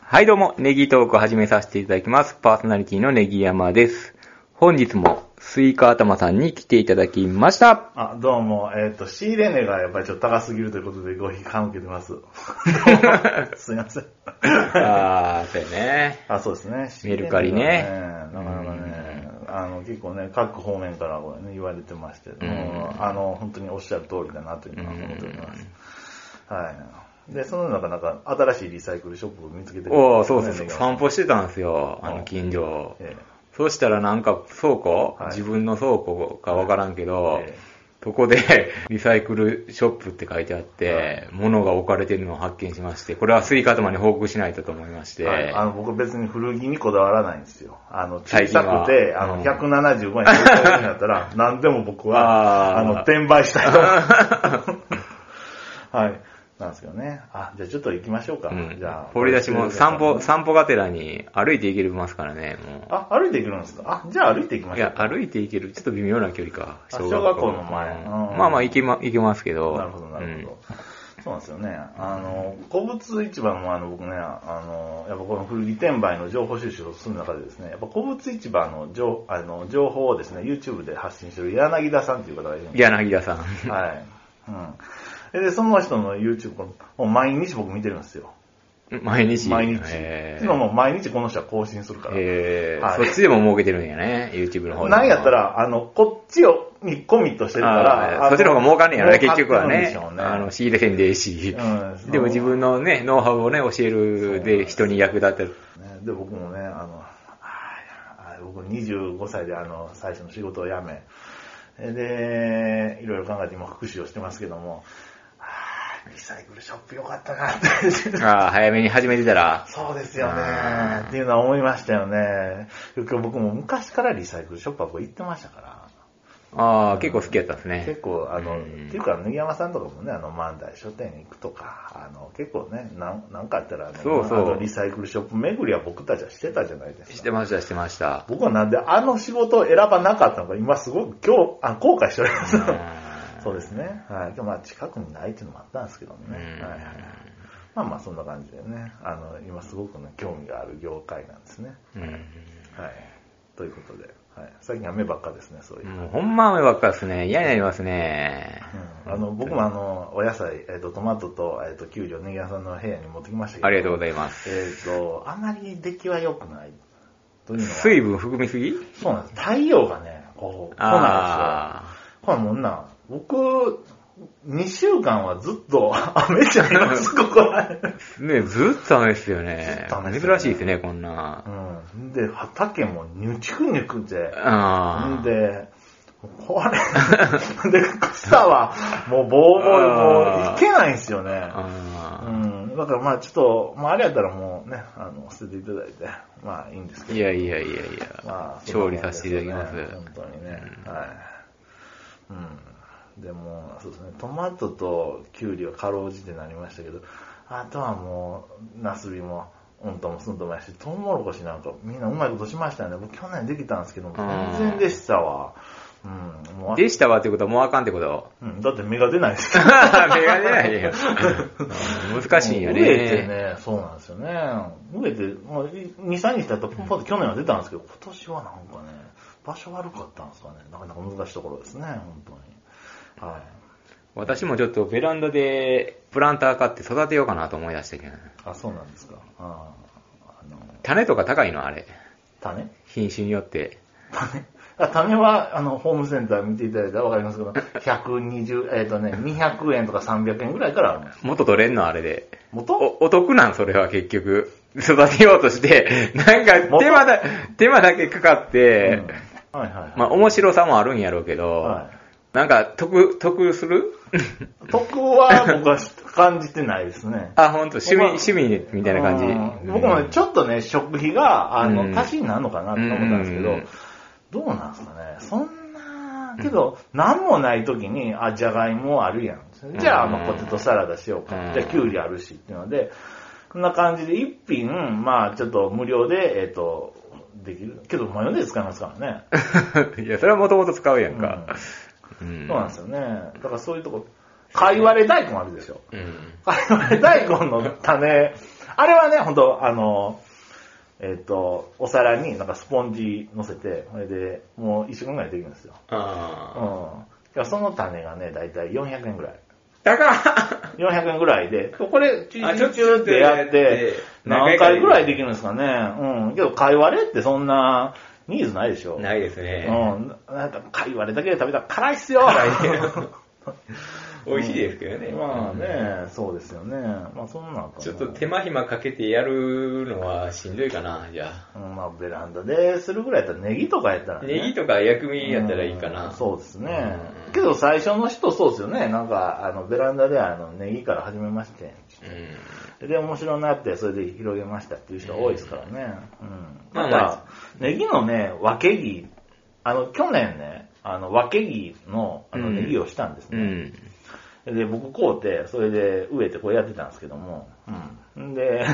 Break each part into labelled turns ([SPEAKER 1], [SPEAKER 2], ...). [SPEAKER 1] はいどうも、ネギトークを始めさせていただきます。パーソナリティのネギ山です。本日もスイカ頭さんに来ていただきました。
[SPEAKER 2] あ、どうも、えっ、と、仕入れ値がやっぱりちょっと高すぎるということでご批判を受け てます。どうもすいません。
[SPEAKER 1] あー、そうやね。
[SPEAKER 2] あ、そうですね。
[SPEAKER 1] メルカリね
[SPEAKER 2] 仕入れ値がねなかなかね、あの、結構ね、各方面からこれね、言われてまして、
[SPEAKER 1] ん
[SPEAKER 2] あの、本当におっしゃる通りだなというのは思っております。はい。で、その中、なんか、新しいリサイクルショップを見つけて
[SPEAKER 1] おー、そうそうそう。散歩
[SPEAKER 2] し
[SPEAKER 1] してたんですよ、あの近所を。
[SPEAKER 2] え
[SPEAKER 1] そうしたらなんか倉庫、
[SPEAKER 2] はい
[SPEAKER 1] 自分の倉庫かわからんけど、
[SPEAKER 2] ええ
[SPEAKER 1] そこで リサイクルショップって書いてあって、物が置かれてるのを発見しまして、これはスイカ頭に報告しないとと思いまして、
[SPEAKER 2] はいあの僕別に古着にこだわらないんですよ。あの、小
[SPEAKER 1] 最近
[SPEAKER 2] さ
[SPEAKER 1] は
[SPEAKER 2] くて、あ
[SPEAKER 1] うん
[SPEAKER 2] の、175円になった ら、何でも僕は、
[SPEAKER 1] あー
[SPEAKER 2] あの、転売したい と思う。はい。なんですけどね。あ、じゃあちょっと行きましょうか。
[SPEAKER 1] うん
[SPEAKER 2] じゃあ。
[SPEAKER 1] 掘り出しも散歩、散歩がてらに歩いていけますからね、も
[SPEAKER 2] あ、歩いて行くんですかあ、じゃあ歩いて行きま
[SPEAKER 1] う。い
[SPEAKER 2] しょう
[SPEAKER 1] や、。歩いていける、ちょっと微妙な距離か。
[SPEAKER 2] あ小学校の前
[SPEAKER 1] うん
[SPEAKER 2] うん
[SPEAKER 1] まあまあ行けま、行けますけど。
[SPEAKER 2] なるほど、なるほど。そうなんですよね。あの、古物市場もあの僕ね、あの、やっぱこの古着転売の情報収集をする中でですね、やっぱ古物市場の情あの情報をですね、YouTube で発信してる柳田さんという方がいる
[SPEAKER 1] う
[SPEAKER 2] んで
[SPEAKER 1] ん。
[SPEAKER 2] す
[SPEAKER 1] 柳田さん。
[SPEAKER 2] はい。うん。で、その人の YouTube、このもう毎日僕見てるんですよ。
[SPEAKER 1] 毎日。
[SPEAKER 2] 毎日。
[SPEAKER 1] え
[SPEAKER 2] っ
[SPEAKER 1] ー
[SPEAKER 2] ていうのも毎日この人は更新するから。
[SPEAKER 1] えー
[SPEAKER 2] はい
[SPEAKER 1] そっちでも儲けてるんやね、YouTube の方でも
[SPEAKER 2] なんやったら、あの、こっちを、にコミットしてるか
[SPEAKER 1] あ
[SPEAKER 2] ら、
[SPEAKER 1] ーそっちの方が儲かんねえやろね、結
[SPEAKER 2] 儲かって
[SPEAKER 1] 局は
[SPEAKER 2] るんで
[SPEAKER 1] ね
[SPEAKER 2] しょう。ね
[SPEAKER 1] あの、仕入れせんでええし。
[SPEAKER 2] うん
[SPEAKER 1] でも自分のね、ノウハウをね、教えるで人に役立てる。
[SPEAKER 2] ねで、僕もね、あの、あーあー僕25歳であの、最初の仕事を辞め、で、いろいろ考えて今福祉をしてますけども、あーリサイクルショップよかったなって。
[SPEAKER 1] ああ、早めに始めてたら。
[SPEAKER 2] そうですよ
[SPEAKER 1] あ
[SPEAKER 2] ね
[SPEAKER 1] ー。
[SPEAKER 2] っていうのは思いましたよね。今日僕も昔からリサイクルショップは僕行ってましたから。
[SPEAKER 1] ああ、結構好きやったんですね。
[SPEAKER 2] 結構、あの、
[SPEAKER 1] う
[SPEAKER 2] っ
[SPEAKER 1] ん
[SPEAKER 2] ていうか、根山さんとかもね、あの、万代書店行くとか、あの、結構ね、なんなんかあったら、あの、
[SPEAKER 1] そうそう
[SPEAKER 2] あのリサイクルショップ巡りは僕たちはしてたじゃないですか。
[SPEAKER 1] してました、してました。
[SPEAKER 2] 僕はなんであの仕事を選ばなかったのか、今すごく今日、あ後悔しております。そうですね。はい。でまあ、近くにないっていうのもあったんですけどね。
[SPEAKER 1] うん
[SPEAKER 2] はいはいはい。まあまあ、そんな感じでね、あの、今すごくね、興味がある業界なんですね。
[SPEAKER 1] うん
[SPEAKER 2] はい。ということで、はい、最近雨ばっかですね、そういう。
[SPEAKER 1] もうほんま雨ばっかですね。嫌になりますね。
[SPEAKER 2] うんあの僕もあのお野菜、えっとトマトと,、えっとキュウリをネギ屋さんの部屋に持ってきましたけど
[SPEAKER 1] ありがとうございます。
[SPEAKER 2] えっとあまり出来は良くないというのは
[SPEAKER 1] 水分含みすぎ
[SPEAKER 2] そうなんです太陽がねこう来ないん
[SPEAKER 1] あ
[SPEAKER 2] ですよこれもんな僕2週間はずっと 雨じゃないですここは、
[SPEAKER 1] あ。ねずっと雨ですよね。
[SPEAKER 2] ずっと雨ですよね
[SPEAKER 1] 珍しいですね、こんな。
[SPEAKER 2] うん、で畑もニチクニクで
[SPEAKER 1] ああ。
[SPEAKER 2] で、これ、 で、草は、もう、ボーボー、もう、いけないんですよね。う
[SPEAKER 1] あ
[SPEAKER 2] ん。だから、まあ、ちょっと、まあ、あれやったらもうね、あの、捨てていただいて、まあ、いいんです
[SPEAKER 1] あ。
[SPEAKER 2] け
[SPEAKER 1] い
[SPEAKER 2] ど。
[SPEAKER 1] やいやいやいや
[SPEAKER 2] ま。あ、
[SPEAKER 1] 調理させていただきます。
[SPEAKER 2] そうなんですよね本当にね。はい。うん。でも、そうですね、トマトとキュウリはかろうじてなりましたけど、あとはもう、ナスビも、うんともすんともやし、トウモロコシなんかみんなうまいことしましたよね。僕去年できたんですけども、全然でしたわ。うん。もう
[SPEAKER 1] でしたわってことはもうあかんって こと。
[SPEAKER 2] うん、だって芽が出ないです。
[SPEAKER 1] 目が出ないよ。うん難しいんやね。
[SPEAKER 2] 植えてね、そうなんですよね。植えて、もう2、3日だとポンポンと去年は出たんですけど、今年はなんかね、場所悪かったんですかね。なかなか難しいところですね、本当に。はい。
[SPEAKER 1] 私もちょっとベランダでプランター買って育てようかなと思い出したけど。
[SPEAKER 2] あ、そうなんですか。あーあの、
[SPEAKER 1] 種とか高いのあれ。
[SPEAKER 2] 種
[SPEAKER 1] 品種によって。
[SPEAKER 2] 種あ種 は、あの、ホームセンター見ていただいたらわかりますけど、120、えっ、とね、200円とか300円ぐらいからあるんです。
[SPEAKER 1] 元取れんのあれで。
[SPEAKER 2] 元
[SPEAKER 1] お、お得なんそれは結局。 育てようとして、 なんか
[SPEAKER 2] 元
[SPEAKER 1] 手間だ、手間だけかかって、
[SPEAKER 2] うんはいはいはい。
[SPEAKER 1] まあ面白さもあるんやろうけど、
[SPEAKER 2] はい
[SPEAKER 1] なんか得、得する
[SPEAKER 2] 得は僕は感じてないですね。
[SPEAKER 1] あ、ほんと、趣味、
[SPEAKER 2] まあ
[SPEAKER 1] 趣味みたいな感じ
[SPEAKER 2] うん。僕もね、ちょっとね、食費が、あ
[SPEAKER 1] うん
[SPEAKER 2] の、足しになるのかなと思ったんですけ
[SPEAKER 1] う
[SPEAKER 2] ど
[SPEAKER 1] ん、
[SPEAKER 2] どうなんですかね。そんな、けど、なんもない時に、あ、じゃがいもあるやん。じゃあ、
[SPEAKER 1] うん
[SPEAKER 2] まあポテトサラダしよう
[SPEAKER 1] うん
[SPEAKER 2] か。じゃあ、きゅうりあるしっていうので、こんな感じで、一品、まあ、ちょっと無料で、えっと、できる。けど、マヨネーズ使いますからね。
[SPEAKER 1] うん。 いや、それはもともと使うやんか。うん
[SPEAKER 2] そうなんですよね。だから、 そういうとこ、かいわれ大根あるでしょ。
[SPEAKER 1] うん
[SPEAKER 2] あれ大根の種、あれはね、本当あの、えっ、と、お皿になんかスポンジ乗せて、それでもう一週間ぐらいできるんですよ。うん。
[SPEAKER 1] ああ。
[SPEAKER 2] いやその種がね、だいたい400円ぐらい。
[SPEAKER 1] 高っ
[SPEAKER 2] 400円ぐらいで、これ、チュ
[SPEAKER 1] あ
[SPEAKER 2] ー
[SPEAKER 1] ち
[SPEAKER 2] チュ
[SPEAKER 1] ょ
[SPEAKER 2] ー
[SPEAKER 1] っ
[SPEAKER 2] チューっ
[SPEAKER 1] と
[SPEAKER 2] てやって、何回ぐらいでき
[SPEAKER 1] る
[SPEAKER 2] るんですかね。うん。けど、かいわれってそんなニーズないでしょ。
[SPEAKER 1] ないですね。
[SPEAKER 2] うん。なんか、かいわれだけで食べたら辛いっすよ。
[SPEAKER 1] 辛い 美味しいですけどね。
[SPEAKER 2] まあね、そうですよね。まあ、そんなんかな
[SPEAKER 1] ちょっと手間暇かけてやるのはしんどいかな、じゃあ。
[SPEAKER 2] うんまあ、ベランダでするぐらいやったら、ネギとかやったらね。
[SPEAKER 1] ネギとか薬味やったらいいか
[SPEAKER 2] うん
[SPEAKER 1] な。
[SPEAKER 2] そうですね
[SPEAKER 1] う。ん
[SPEAKER 2] けど、最初の人そうですよね。なんか、あの、ベランダで、あの、ネギから始めまして。
[SPEAKER 1] うん。
[SPEAKER 2] で、面白いなって、それで広げましたっていう人多いですからね。うん。
[SPEAKER 1] まあ
[SPEAKER 2] なん
[SPEAKER 1] まあ
[SPEAKER 2] か、ネギのね、分け木、あの、去年ね、あの、分け木の、あの、
[SPEAKER 1] うん
[SPEAKER 2] ネギをしたんです
[SPEAKER 1] う
[SPEAKER 2] ね。
[SPEAKER 1] ん。
[SPEAKER 2] で、僕こうて、それで植えてこうやってたんですけども、うん。で、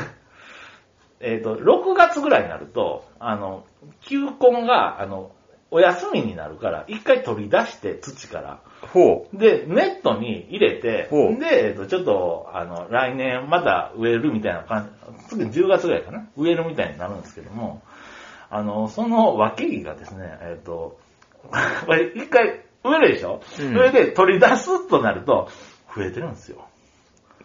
[SPEAKER 2] えっ、と、6月ぐらいになると、あの、球根が、あの、お休みになるから、一回取り出して、土から。
[SPEAKER 1] ほ
[SPEAKER 2] で、ネットに入れて、
[SPEAKER 1] ほう
[SPEAKER 2] で、えっと、ちょっと、あの、来年また植えるみたいな感じ、次10月ぐらいかな、植えるみたいになるんですけども、あの、その分け木がですね、えっと、 これ一回植えるでしょ、
[SPEAKER 1] うん
[SPEAKER 2] それで取り出すとなると、増えてるんですよ。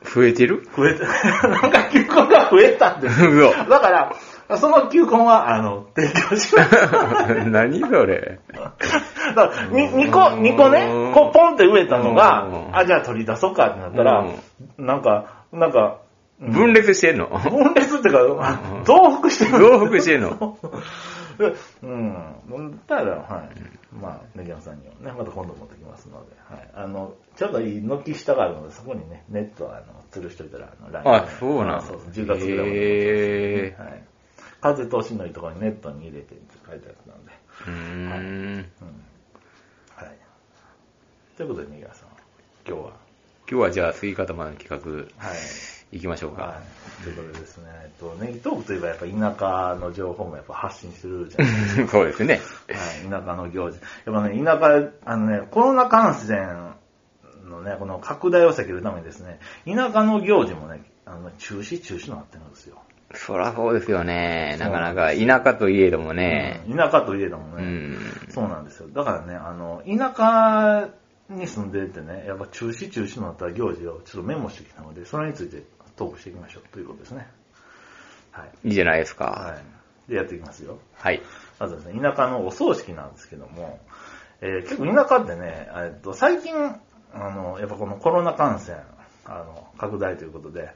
[SPEAKER 1] う。増えて る
[SPEAKER 2] 増えて、 なんか球根が増えたんですよ。
[SPEAKER 1] うわ。
[SPEAKER 2] だから、その球根は、あの、提供します。
[SPEAKER 1] 何それ。
[SPEAKER 2] だから、に2個、二個
[SPEAKER 1] うん
[SPEAKER 2] ね、こう、ポンって植えたの
[SPEAKER 1] うん
[SPEAKER 2] が、あ、じゃあ取り出そうかってなったら、なんか、なんか、うん
[SPEAKER 1] 分裂してんの
[SPEAKER 2] 分裂っていう
[SPEAKER 1] う
[SPEAKER 2] か
[SPEAKER 1] ん、
[SPEAKER 2] 増幅してる。
[SPEAKER 1] 増幅してんの
[SPEAKER 2] うん。だから、はい。まあ、ネギ山さんにもね、また今度持ってきますので、はい。あの、ちょっといい軒下があるので、そこにね、ネットをあの吊るしといたら、あの、来
[SPEAKER 1] あ、そうなん
[SPEAKER 2] そうそう、10月ぐらいまで。
[SPEAKER 1] へ
[SPEAKER 2] はい。風通しのいいところにネットに入れてって書いてあったので。
[SPEAKER 1] ーうーん。
[SPEAKER 2] うん。はい。ということで、ネギ山さん、今日は。
[SPEAKER 1] 今日はじゃあ、スイカ玉の企画、
[SPEAKER 2] はい。
[SPEAKER 1] 行きましょう
[SPEAKER 2] は
[SPEAKER 1] か。
[SPEAKER 2] い。ということでですね、えっと、ネギトークといえばやっぱ田舎の情報もやっぱ発信してるじゃないです
[SPEAKER 1] そうですね。
[SPEAKER 2] か。はい。田舎の行事。やっぱね、田舎、あのね、コロナ感染のね、この拡大を避けるためにですね、田舎の行事もね、あの、中止中止になってるんですよ。
[SPEAKER 1] そらそうですよね。なかなか、田舎といえどもね。
[SPEAKER 2] うん田舎といえども
[SPEAKER 1] う
[SPEAKER 2] ね、
[SPEAKER 1] ん。
[SPEAKER 2] そうなんですよ。だからね、あの、田舎に住んでてね、やっぱ中止中止になった行事をちょっとメモしてきたので、それについてトークしていきましょうということですね。はい。
[SPEAKER 1] いいじゃないですか。
[SPEAKER 2] はい。で、やっていきますよ。
[SPEAKER 1] はい。
[SPEAKER 2] まずですね、田舎のお葬式なんですけども、えー結構田舎ってね、えっと、最近、あの、やっぱこのコロナ感染、あの、拡大ということで、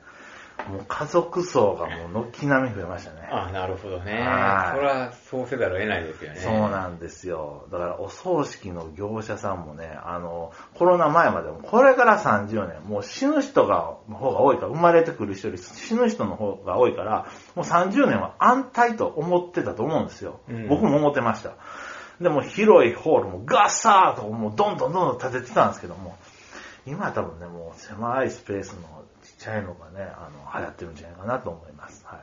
[SPEAKER 2] もう家族層がもう軒並み増えましたね。
[SPEAKER 1] あ、なるほどね。それ
[SPEAKER 2] はい
[SPEAKER 1] はそうせざるを得ないですよね。
[SPEAKER 2] そうなんですよ。だからお葬式の業者さんもね、あの、コロナ前までも、これから30年、もう死ぬ人が、の方が多いから、生まれてくる人より死ぬ人の方が多いから、もう30年は安泰と思ってたと思うんですよ。
[SPEAKER 1] うん
[SPEAKER 2] 僕も思ってました。でもう広いホールもガッサーともうどんどんどんどん建ててたんですけども、今は多分ね、もう狭いスペースのちっちゃいのがね、あの、流行ってるんじゃないかなと思います。は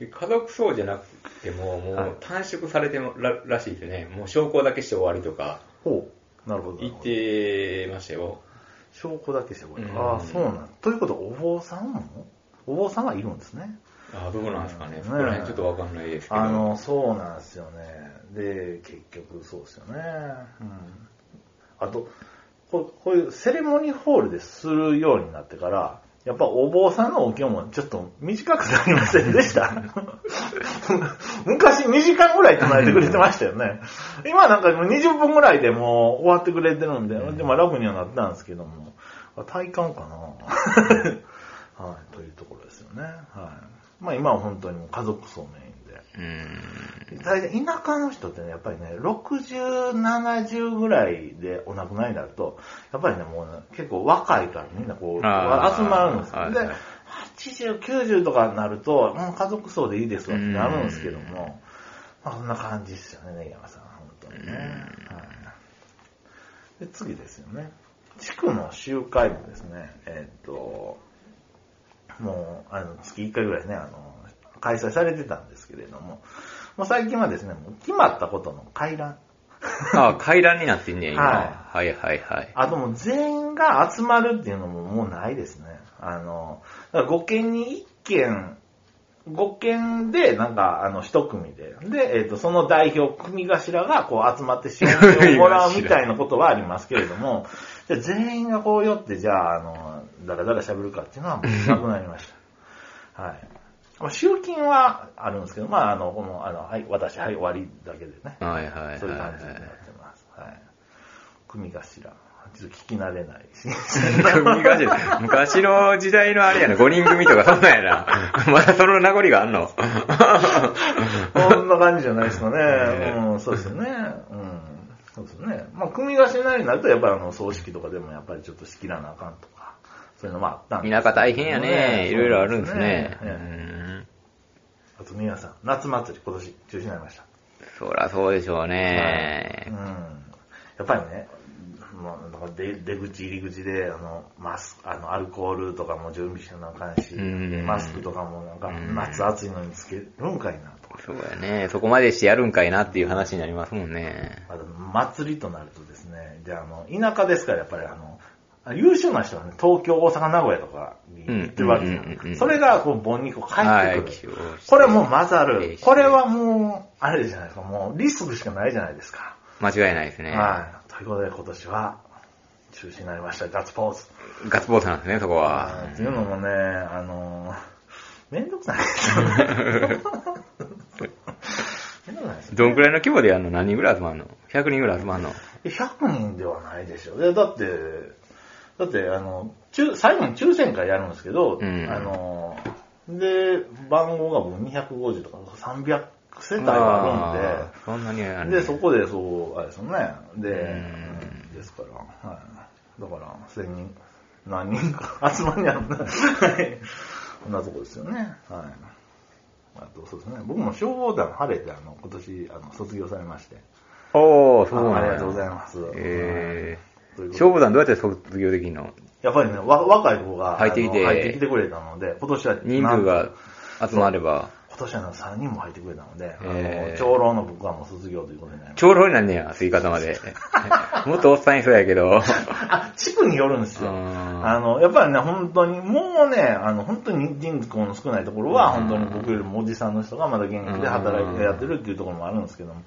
[SPEAKER 2] い。
[SPEAKER 1] 家族葬じゃなくても、も
[SPEAKER 2] はいう
[SPEAKER 1] 短縮されてもららしいですよね。もう証拠だけして終わりとか、
[SPEAKER 2] ほう。なるほどなる
[SPEAKER 1] 言
[SPEAKER 2] ほ
[SPEAKER 1] っ
[SPEAKER 2] ど。
[SPEAKER 1] てましたよ。
[SPEAKER 2] 証拠だけしてこれ、
[SPEAKER 1] うん
[SPEAKER 2] ああそうなんということはお坊さんもお坊さんはいるんですね
[SPEAKER 1] あどうなんですかね
[SPEAKER 2] う。ん
[SPEAKER 1] そこら辺ちょっとわかんないですけど。
[SPEAKER 2] あのそうなんですよねで結局そうですよねうんあとこうこういうセレモニーホールでするようになってからやっぱお坊さんのお経もちょっと短くなりませんでした 昔2時間ぐらい唱えてくれてましたよね。今なんかもう20分ぐらいでもう終わってくれてるんで、
[SPEAKER 1] うん
[SPEAKER 2] でも楽にはなったんですけども、あ体感かな はい、というところですよね。はい。まあ今は本当にもう家族層メイ
[SPEAKER 1] うん。
[SPEAKER 2] ンで。大体田舎の人ってね、やっぱりね、60、70ぐらいでお亡くなりになると、やっぱりね、もうね、結構若いからみんなこう、集
[SPEAKER 1] あー
[SPEAKER 2] まるんですよ。
[SPEAKER 1] はい
[SPEAKER 2] で
[SPEAKER 1] はい
[SPEAKER 2] 80、90とかになると、もう家族層でいいですわってなるんですけども、まあそんな感じですよね、根山さん、本当にね。
[SPEAKER 1] うん
[SPEAKER 2] はい、で次ですよね。地区の集会もですね、えーっと、もう、あの、月1回ぐらいね、あの、開催されてたんですけれども、もう最近はですね、もう決まったことの回覧。
[SPEAKER 1] あ、階段になってんねや、今。は
[SPEAKER 2] はい
[SPEAKER 1] はいはい。
[SPEAKER 2] あともう全員が集まるっていうのももうないですね。あの、だから5件に1件5件で、なんか、あの、一組で。で、えっ、と、その代表、組頭が、こう、集まって支援をもらうみたいなことはありますけれども、じゃあ全員がこう寄って、じゃあ、あの、だらだら喋るかっていうのは、もうなくなりました。はい。まあ、集金はあるんですけど、まあ、あの、この、あの、はい、私、はい、終わりだけでね。
[SPEAKER 1] はいはいはい、はい。
[SPEAKER 2] そういう感 じになってます。はい。組頭。ちょっと聞き慣れない し。
[SPEAKER 1] 組頭昔の時代のあれやな、5人組とかそんなんやな。 まだその名残があ んの。
[SPEAKER 2] こんな感じじゃないですかね。
[SPEAKER 1] ええ
[SPEAKER 2] うん、そうですよね。うん。そうですよね。まあ、組頭なりになると、やっぱりあの、葬式とかでもやっぱりちょっと仕切らなあかんとか、そういうのもあったんで
[SPEAKER 1] 田
[SPEAKER 2] す
[SPEAKER 1] 舎大変やね。いろいろあるんですね。
[SPEAKER 2] そうですねあと、皆さん、夏祭り今年中止になりました。
[SPEAKER 1] うんそらそうでしょう
[SPEAKER 2] う
[SPEAKER 1] ね
[SPEAKER 2] ん。。やっぱりね、もうなんか出出口入り口で、あの、マスク、あの、アルコールとかも準備しなあかんし、
[SPEAKER 1] うん
[SPEAKER 2] マスクとかもなんか、
[SPEAKER 1] うん
[SPEAKER 2] 夏暑いのにつけるんかいなとか。
[SPEAKER 1] そうやね。そこまでしてやるんかいなっていう話になりますもんね。
[SPEAKER 2] あと、祭りとなるとですね、で、あの、田舎ですから、やっぱりあの、優秀な人はね、東京、大阪、名古屋とかに行ってるわけじゃ
[SPEAKER 1] うんうんうんうん
[SPEAKER 2] ん。それが、こう、盆にこう、帰ってくる。
[SPEAKER 1] はい
[SPEAKER 2] これもう混ざる
[SPEAKER 1] え。え
[SPEAKER 2] これはもう、あれじゃないですか、もう、リスクしかないじゃないですか。
[SPEAKER 1] 間違いないですね。
[SPEAKER 2] はい。ということで、今年は、中止になりました。ガッツポーズ。
[SPEAKER 1] ガッツポーズなんですね、そこは。
[SPEAKER 2] っていうのもね、あの、めんどくさいです よね。めんどくさいですよね
[SPEAKER 1] どんくらいの規模でやるの何人ぐらい集まんの ?100 人ぐらい集まんの
[SPEAKER 2] 100人ではないでしょ。でだって、だって、あの、抽最後に抽選会やるんですけど、
[SPEAKER 1] うん
[SPEAKER 2] あの、で、番号がもう250とか300世帯があるんで
[SPEAKER 1] あ、ーそんなにあるね
[SPEAKER 2] で、そこで、そう、あれですよね。で、
[SPEAKER 1] うん
[SPEAKER 2] ですから、はい。だから、千人、何人か集まりにあるんだ。はい。こんなとこですよね。はい。あと、そうですね。僕も消防団晴れて、あの、今年、あの、卒業されまして。
[SPEAKER 1] おー、そうなん
[SPEAKER 2] あ
[SPEAKER 1] や
[SPEAKER 2] ありがとうございます
[SPEAKER 1] え
[SPEAKER 2] という
[SPEAKER 1] ー、
[SPEAKER 2] ことで
[SPEAKER 1] 消防団どうやって卒業できんの
[SPEAKER 2] やっぱりね、わ若い子が
[SPEAKER 1] 入ってきて
[SPEAKER 2] あの入ってきてくれたので、今年はなんと
[SPEAKER 1] 人数が集まれば、
[SPEAKER 2] 今年は3人も入ってくれたので、あ
[SPEAKER 1] へ
[SPEAKER 2] の
[SPEAKER 1] ー
[SPEAKER 2] 長老の僕はもう卒業ということになりました。
[SPEAKER 1] 長老になんねや、吸い方まで。 もっとおっさんいそうやけど。
[SPEAKER 2] あ、地区によるんですよ。
[SPEAKER 1] うん
[SPEAKER 2] あの、やっぱりね、本当に、もうね、あの、本当に人口の少ないところは、
[SPEAKER 1] うん
[SPEAKER 2] 本当に僕よりもおじさんの人がまだ現役で働い
[SPEAKER 1] うん
[SPEAKER 2] てやってるっていうところもあるんですけども、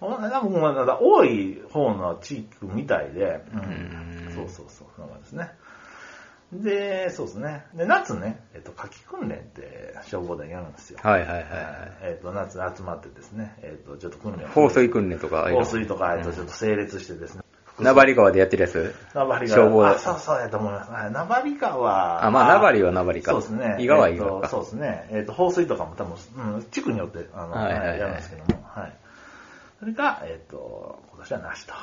[SPEAKER 2] 多分まだ多い方の地域みたいで、うん
[SPEAKER 1] うん
[SPEAKER 2] そうそうそう、なんかですね。で、そうですね。で、夏ね、えっと、夏季訓練って消防団やるんですよ。
[SPEAKER 1] はいはいはいは
[SPEAKER 2] えっと、夏集まってですね、えっと、ちょっと訓練を
[SPEAKER 1] い。放水訓練とか、ああいうの
[SPEAKER 2] 放水とか、えっと、ちょっと整列してですね。
[SPEAKER 1] 名張川でやってるやつ
[SPEAKER 2] ナバリ川。
[SPEAKER 1] 消防
[SPEAKER 2] あ、そうそうやと思います。はいナバリ川。
[SPEAKER 1] あ、まあ、名張は名張か。
[SPEAKER 2] そうですね。
[SPEAKER 1] 伊賀は伊賀
[SPEAKER 2] えっと
[SPEAKER 1] か。
[SPEAKER 2] そうですね。えっ、と、放水とかも多分、うん、地区によって、あの、
[SPEAKER 1] はいはいはい
[SPEAKER 2] やるんですけども、はい。それが、えっ、と、今年はなしと、は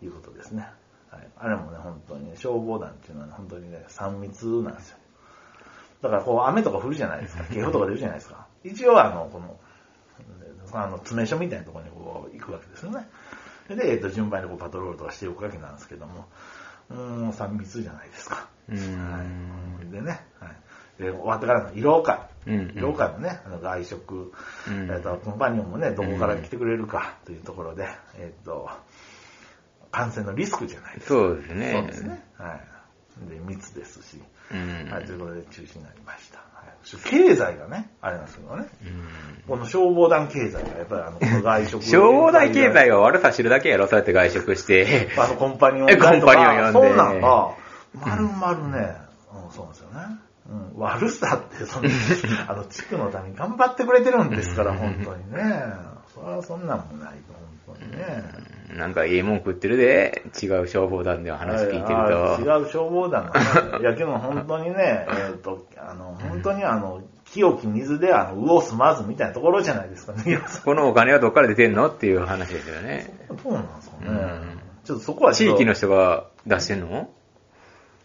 [SPEAKER 2] い、いうことですね。はい。あれもね、本当にね、消防団っていうのはね、本当にね、3密なんですよ。だから、こう、雨とか降るじゃな いですか。警報とか出るじゃないですか。一応、あの、この、あの、詰め所みたいなところにこう行くわけですよね。で、えっ、と、順番にこうパトロールとかしておくわけなんですけども、うーん、3密じゃないですか。
[SPEAKER 1] うーん
[SPEAKER 2] はい、でね、はい、で終わってからの慰労会、
[SPEAKER 1] うんうん
[SPEAKER 2] 慰労会もね、あの外食、
[SPEAKER 1] うん
[SPEAKER 2] えっとコンパニオンもね、どこから来てくれるかというところで、えっと感染のリスクじゃないですか。
[SPEAKER 1] そうですね
[SPEAKER 2] そうですね。はい。で、密ですし、
[SPEAKER 1] うん
[SPEAKER 2] はい、ということで中止になりました。はい、経済がね、あれなんですけどね、
[SPEAKER 1] うん
[SPEAKER 2] この消防団経済がやっぱりあの、この外食。
[SPEAKER 1] 消防団経済は悪さ知るだけやろ、そうやって外食 して。
[SPEAKER 2] あの、コンパニオン
[SPEAKER 1] え
[SPEAKER 2] 会と
[SPEAKER 1] コンパニオ
[SPEAKER 2] か、
[SPEAKER 1] ン呼んで
[SPEAKER 2] そうなんだ。まるまるね、うん、そうなんですよね。うん、悪さって、 その、あの、地区のために頑張ってくれてるんですから、本当にね。それはそんなんもないと、本当にね。
[SPEAKER 1] なんかええもん食ってるで、違う消防団では話聞いてると。
[SPEAKER 2] あ違う消防団がね、 いや、けど本当にね、えっ、と、あの、本当にあの、清き水で、あの、魚住まずみたいなところじゃないですかね。いやそ
[SPEAKER 1] このお金はどっから出てんのっていう話ですよね。
[SPEAKER 2] どうなんですかね。
[SPEAKER 1] うん
[SPEAKER 2] ちょっとそこはち
[SPEAKER 1] 地
[SPEAKER 2] ょっと
[SPEAKER 1] 域の人が出してんの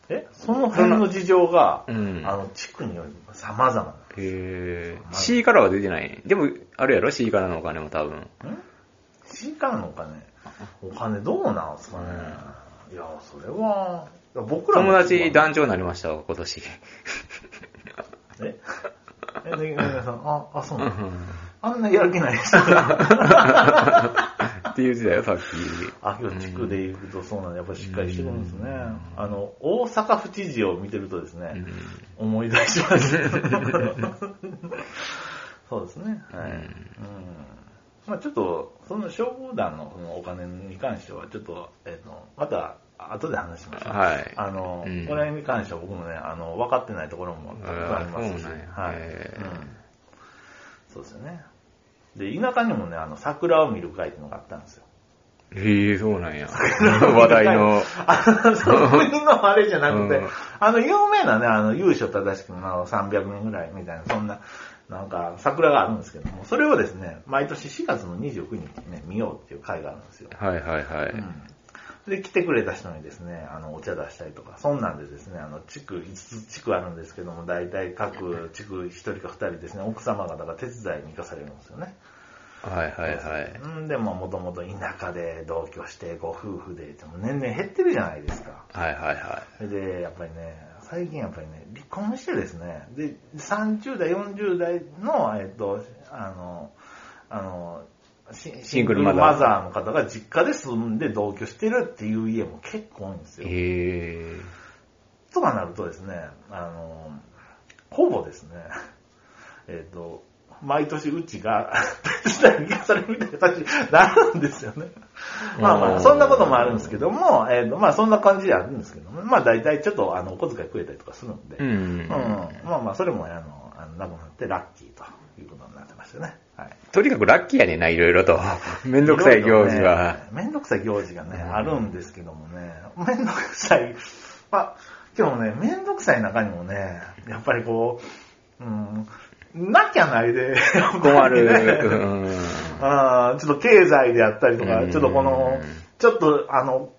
[SPEAKER 2] えその辺の事情が、
[SPEAKER 1] うん
[SPEAKER 2] あの、地区により様々
[SPEAKER 1] へー C からは出てない。でも、あるやろ ?C からのお金も多分。
[SPEAKER 2] なの。ん市からのお金、お金どうなんすかね。いや、それは、いや僕ら
[SPEAKER 1] 友
[SPEAKER 2] も
[SPEAKER 1] 達団長になりましたわ、今年。
[SPEAKER 2] え え、 ねねねさん、あ、あ、そう
[SPEAKER 1] う
[SPEAKER 2] なの
[SPEAKER 1] ん
[SPEAKER 2] あんなやる気ないです。
[SPEAKER 1] って言うてたよ、さっき。
[SPEAKER 2] 秋は地区で行くとそうなんで、やっぱりしっかりしてくるんですね。あの、大阪府知事を見てるとですね、思い出し ます。そうですね。はい。うん。まあちょっと、その消防団のそのお金に関しては、ちょっと、えっ、と、また、後で話しましょう。
[SPEAKER 1] はい
[SPEAKER 2] あの、
[SPEAKER 1] うん
[SPEAKER 2] これに関しては僕もね、あの、分かってないところもたくさんありますし。
[SPEAKER 1] あーそうなんや
[SPEAKER 2] はい、
[SPEAKER 1] へ
[SPEAKER 2] う
[SPEAKER 1] ー
[SPEAKER 2] ん。そうですよね。で、田舎にもね、あの、桜を見る会っていうのがあったんですよ。
[SPEAKER 1] へえ、そうなんや。 話題 の。
[SPEAKER 2] あの、 そういうのあれじゃなくて、
[SPEAKER 1] うん
[SPEAKER 2] あの、有名なね、あの、優勝正しくの300年ぐらいみたいな、そんな、なんか、桜があるんですけども、それをですね、毎年4月の29日にね、見ようっていう会があるんですよ。
[SPEAKER 1] はいはいはい。
[SPEAKER 2] うん、で、来てくれた人にですね、あの、お茶出したりとか、そんなんでですね、あの、地区、5つ地区あるんですけども、大体各地区1人か2人ですね、奥様方が手伝いに行かされるんですよね。
[SPEAKER 1] はいはいはい。
[SPEAKER 2] うん、でも、もともと田舎で同居して、ご夫婦で、でも年々減ってるじゃないですか。
[SPEAKER 1] はいはいは
[SPEAKER 2] で、やっぱりね、最近やっぱりね、離婚してですね、で、30代、40代の、えっと、あの、あの、シ
[SPEAKER 1] シ
[SPEAKER 2] シ
[SPEAKER 1] ン
[SPEAKER 2] ン
[SPEAKER 1] グ
[SPEAKER 2] グ
[SPEAKER 1] ル
[SPEAKER 2] ル
[SPEAKER 1] マ
[SPEAKER 2] マ
[SPEAKER 1] ザー
[SPEAKER 2] ザーの方が実家で住んで同居してるっていう家も結構多いんです
[SPEAKER 1] い。
[SPEAKER 2] よ。
[SPEAKER 1] へえ。
[SPEAKER 2] とかなるとですね、あの、ほぼですね、 えっ、と、毎年うちが手伝いに行かされるみたいな感じになるんですよ ね。まあま
[SPEAKER 1] うん
[SPEAKER 2] あ、そんなこともあるんですけども、えっ、と、まあそんな感じであるんですけども、まあ大体ちょっとあの、お小遣いくれたりとかするんで、
[SPEAKER 1] うん
[SPEAKER 2] うんまあまあ、それもあの、あのなくなってラッキーということになってましたね。はい。
[SPEAKER 1] とにかくラッキーやねんな、いろいろと。 めんどくさい行事は。
[SPEAKER 2] いろいろね。めんどくさい行事がね、
[SPEAKER 1] うん
[SPEAKER 2] あるんですけどもね、めんどくさい、まあ、今日もね、めんどくさい中にもね、やっぱりこう、うん、なきゃないで、
[SPEAKER 1] 困る。
[SPEAKER 2] ね
[SPEAKER 1] うん
[SPEAKER 2] あーちょっと経済であったりとか
[SPEAKER 1] う、ん
[SPEAKER 2] ちょっとこの、ちょっとあの、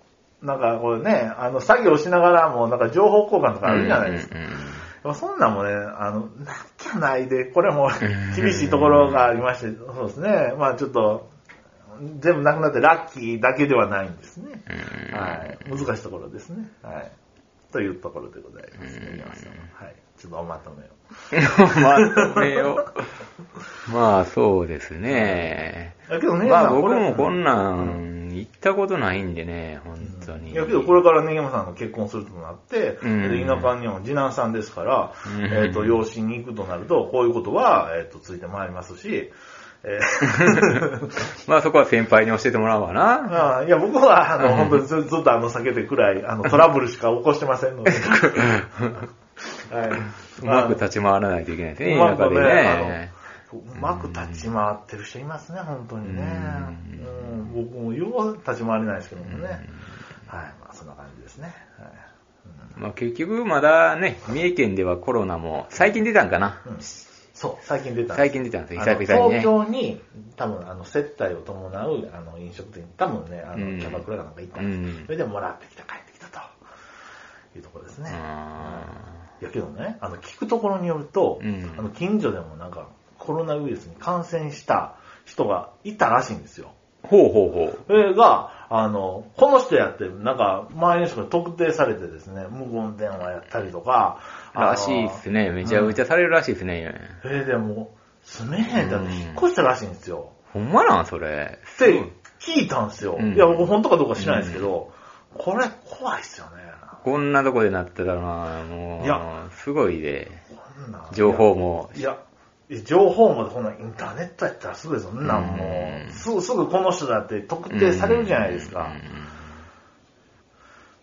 [SPEAKER 2] なんかこれね、あの、作業しながらも、なんか情報交換とかあるじゃないですか。
[SPEAKER 1] うんうんうん
[SPEAKER 2] まあそんなんもね、あの、なきゃないで、これも厳しいところがありまして、そうですね。まあちょっと、全部なくなってラッキーだけではないんですね。
[SPEAKER 1] うん
[SPEAKER 2] はい。難しいところですね。はい。というところでございますね、山下さんはい。ちょっとおまとめを。
[SPEAKER 1] まとめよう。 まあ、そうですね。
[SPEAKER 2] だけどね、
[SPEAKER 1] まあ、
[SPEAKER 2] 山さん
[SPEAKER 1] 僕もこ
[SPEAKER 2] れ
[SPEAKER 1] んなん、行ったことないんでね、本当に。
[SPEAKER 2] いやけどこれからね、山さんが結婚するとなって、
[SPEAKER 1] うん
[SPEAKER 2] で田舎にも次男さんですから、
[SPEAKER 1] うん
[SPEAKER 2] えっ、と、養子に行くとなると、こういうことは、えっ、と、ついてまいりますし、えー
[SPEAKER 1] まあ、そこは先輩に教えてもらうわな。
[SPEAKER 2] ああいや、僕は、あの、本当にずずっとあの、避けてくらい、あの、トラブルしか起こしてませんので。はい。
[SPEAKER 1] うまく立ち回らないといけないですね、
[SPEAKER 2] うま
[SPEAKER 1] 田舎
[SPEAKER 2] く
[SPEAKER 1] で
[SPEAKER 2] ね
[SPEAKER 1] ね。
[SPEAKER 2] あのうまく立ち回ってる人いますね、本当にね。
[SPEAKER 1] う
[SPEAKER 2] うん、僕もよう立ち回れないですけどもね。はい、まあそんな感じですね。はい
[SPEAKER 1] まあ、結局、まだね、三重県ではコロナも、最近出たんかな。
[SPEAKER 2] うんそう、最近出たんです
[SPEAKER 1] 最近出たんですよ、
[SPEAKER 2] あ
[SPEAKER 1] 久々
[SPEAKER 2] の
[SPEAKER 1] にね。
[SPEAKER 2] 東京に、多分、あの、接待を伴う、あの、飲食店に、多分ね、あ
[SPEAKER 1] うん
[SPEAKER 2] の、キャバクラかなんか行ったんですよ、
[SPEAKER 1] うん
[SPEAKER 2] それでもらってきた、帰ってきたと。いうところですね。
[SPEAKER 1] あ
[SPEAKER 2] いやけどね、あの、聞くところによると、
[SPEAKER 1] うん
[SPEAKER 2] あの、近所でもなんか、コロナウイルスに感染した人がいたらしいんですよ。
[SPEAKER 1] ーほうほうほう。
[SPEAKER 2] それが、あの、この人やって、なんか、周りの人が特定されてですね、無言電話やったりとか、あの
[SPEAKER 1] らしいっすね。めちゃくちゃされるらしいっすね。
[SPEAKER 2] えーでも、住めへんってなって
[SPEAKER 1] うん
[SPEAKER 2] 引っ越したらしいんですよ。
[SPEAKER 1] ほんまなん、それ。
[SPEAKER 2] って聞いたんですよ。
[SPEAKER 1] うん
[SPEAKER 2] いや、僕本当かどうか知らないですけど、これ怖いっすよね。
[SPEAKER 1] こんなとこでなってたらな、も
[SPEAKER 2] いうや、
[SPEAKER 1] すごいで、
[SPEAKER 2] こんなん
[SPEAKER 1] 情報も。
[SPEAKER 2] いや、いや情報もこんなインターネットやったらすぐですよ、そんなんも
[SPEAKER 1] うん
[SPEAKER 2] う。すぐ、すぐこの人だって特定されるじゃないですか。
[SPEAKER 1] うん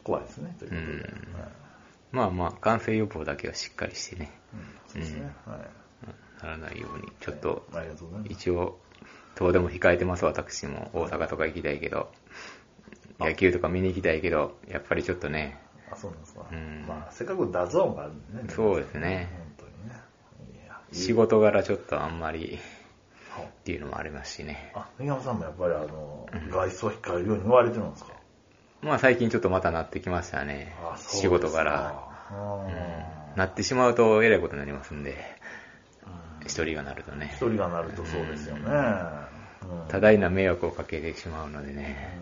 [SPEAKER 2] 怖いですね、ということで。
[SPEAKER 1] うん
[SPEAKER 2] はい
[SPEAKER 1] まあまあ、感染予防だけはしっかりしてね、
[SPEAKER 2] うんそうですね。はい。
[SPEAKER 1] ならないように、ちょっと、
[SPEAKER 2] ありがとうございます。
[SPEAKER 1] 一応、遠出も控えてます、私も。大阪とか行きたいけど、野球とか見に行きたいけど、やっぱりちょっとね、
[SPEAKER 2] あ、そうなんですか。
[SPEAKER 1] うん
[SPEAKER 2] まあ、せっかくダゾーンがあるんでね。
[SPEAKER 1] そうですね
[SPEAKER 2] 本当にね。いや、
[SPEAKER 1] 仕事柄ちょっとあんまり
[SPEAKER 2] はい
[SPEAKER 1] っていうのもありますしね。
[SPEAKER 2] あ、根山さんもやっぱりあの、外出を控えるように言われてるんですか
[SPEAKER 1] まあ最近ちょっとまたなってきましたね
[SPEAKER 2] あ。そうですか
[SPEAKER 1] 仕事柄。
[SPEAKER 2] うん
[SPEAKER 1] なってしまうとえらいことになりますんで、一人がなるとね
[SPEAKER 2] 一、人がなるとそうですよね。うん
[SPEAKER 1] 多大な迷惑をかけてしまうのでね。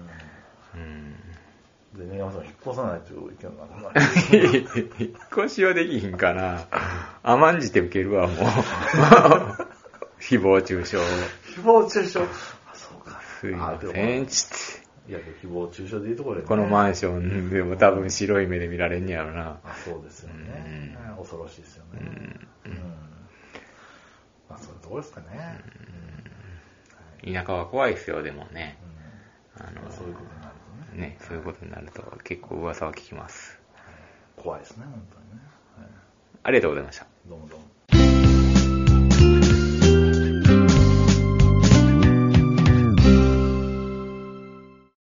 [SPEAKER 2] う
[SPEAKER 1] うん。
[SPEAKER 2] んで、根山さん引っ越さないといけなくなる。
[SPEAKER 1] 引っ 越しはできひんかな。甘んじて受けるわ、も う。誹謗中傷。
[SPEAKER 2] 誹謗中傷。あ、そうか。
[SPEAKER 1] すすいません、ちっ
[SPEAKER 2] いや、誹謗中傷でいいところで、
[SPEAKER 1] て。
[SPEAKER 2] ね、
[SPEAKER 1] このマンションでも多分白い目で見られんねやろな。
[SPEAKER 2] あそうですよね、恐ろしいですよね、うんまあ、そういうところですかね、
[SPEAKER 1] 田舎は怖いですよ、でもね。
[SPEAKER 2] うん
[SPEAKER 1] あ
[SPEAKER 2] まあそういうことになると
[SPEAKER 1] の、
[SPEAKER 2] ね、
[SPEAKER 1] ね、そういうことになると結構噂は聞きます。
[SPEAKER 2] 怖いですね、本当にね。はい
[SPEAKER 1] ありがとうございました。